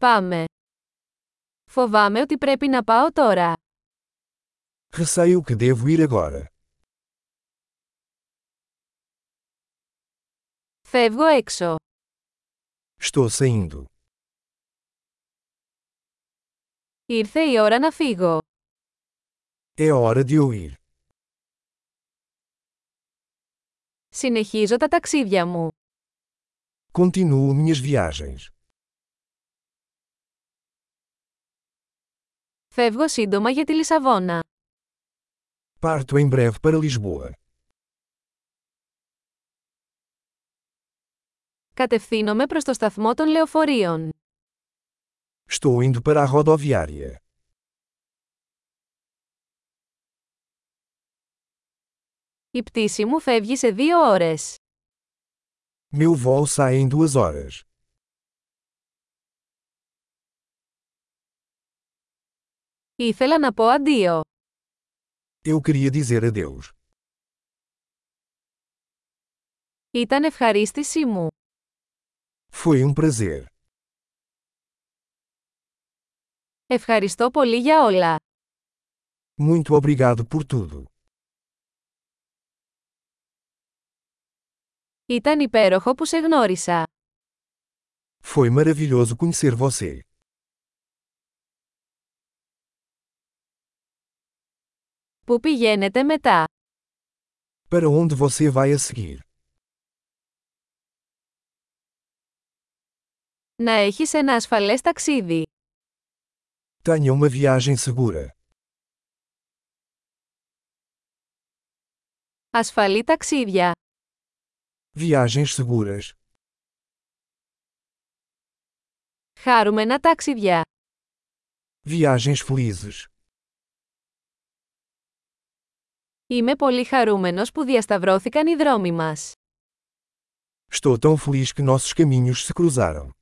Πάμε. Φοβάμαι ότι πρέπει να πάω τώρα. Receio que devo ir agora. Φεύγω έξω. Estou saindo. Ήρθε η ώρα να φύγω. É hora de eu ir. Συνεχίζω τα ταξίδια μου. Continuo minhas viagens. Φεύγω σύντομα για τη Λισαβόνα. Parto em breve para Lisboa. Κατευθύνομαι προς το σταθμό των λεωφορείων. Estou indo para a rodoviária. Η πτήση μου φεύγει σε δύο ώρες. Meu voo sai em duas horas. Ήθελα να πω αντίο. Eu queria dizer adeus. Ήταν ευχαρίστησή μου. Foi um prazer. Ευχαριστώ πολύ για όλα. Muito obrigado por tudo. Ήταν υπέροχο που σε γνώρισα. Foi maravilhoso conhecer você. Πού πηγαίνετε μετά. Para onde você vai a seguir? Να έχεις ένα ασφαλές ταξίδι. Tenha uma viagem segura. Ασφαλή ταξίδια. Viagens seguras. Χάρουμενα ταξίδια. Viagens felizes. Είμαι πολύ χαρούμενος που διασταυρώθηκαν οι δρόμοι μας. Estou tão feliz que nossos caminhos se cruzaram.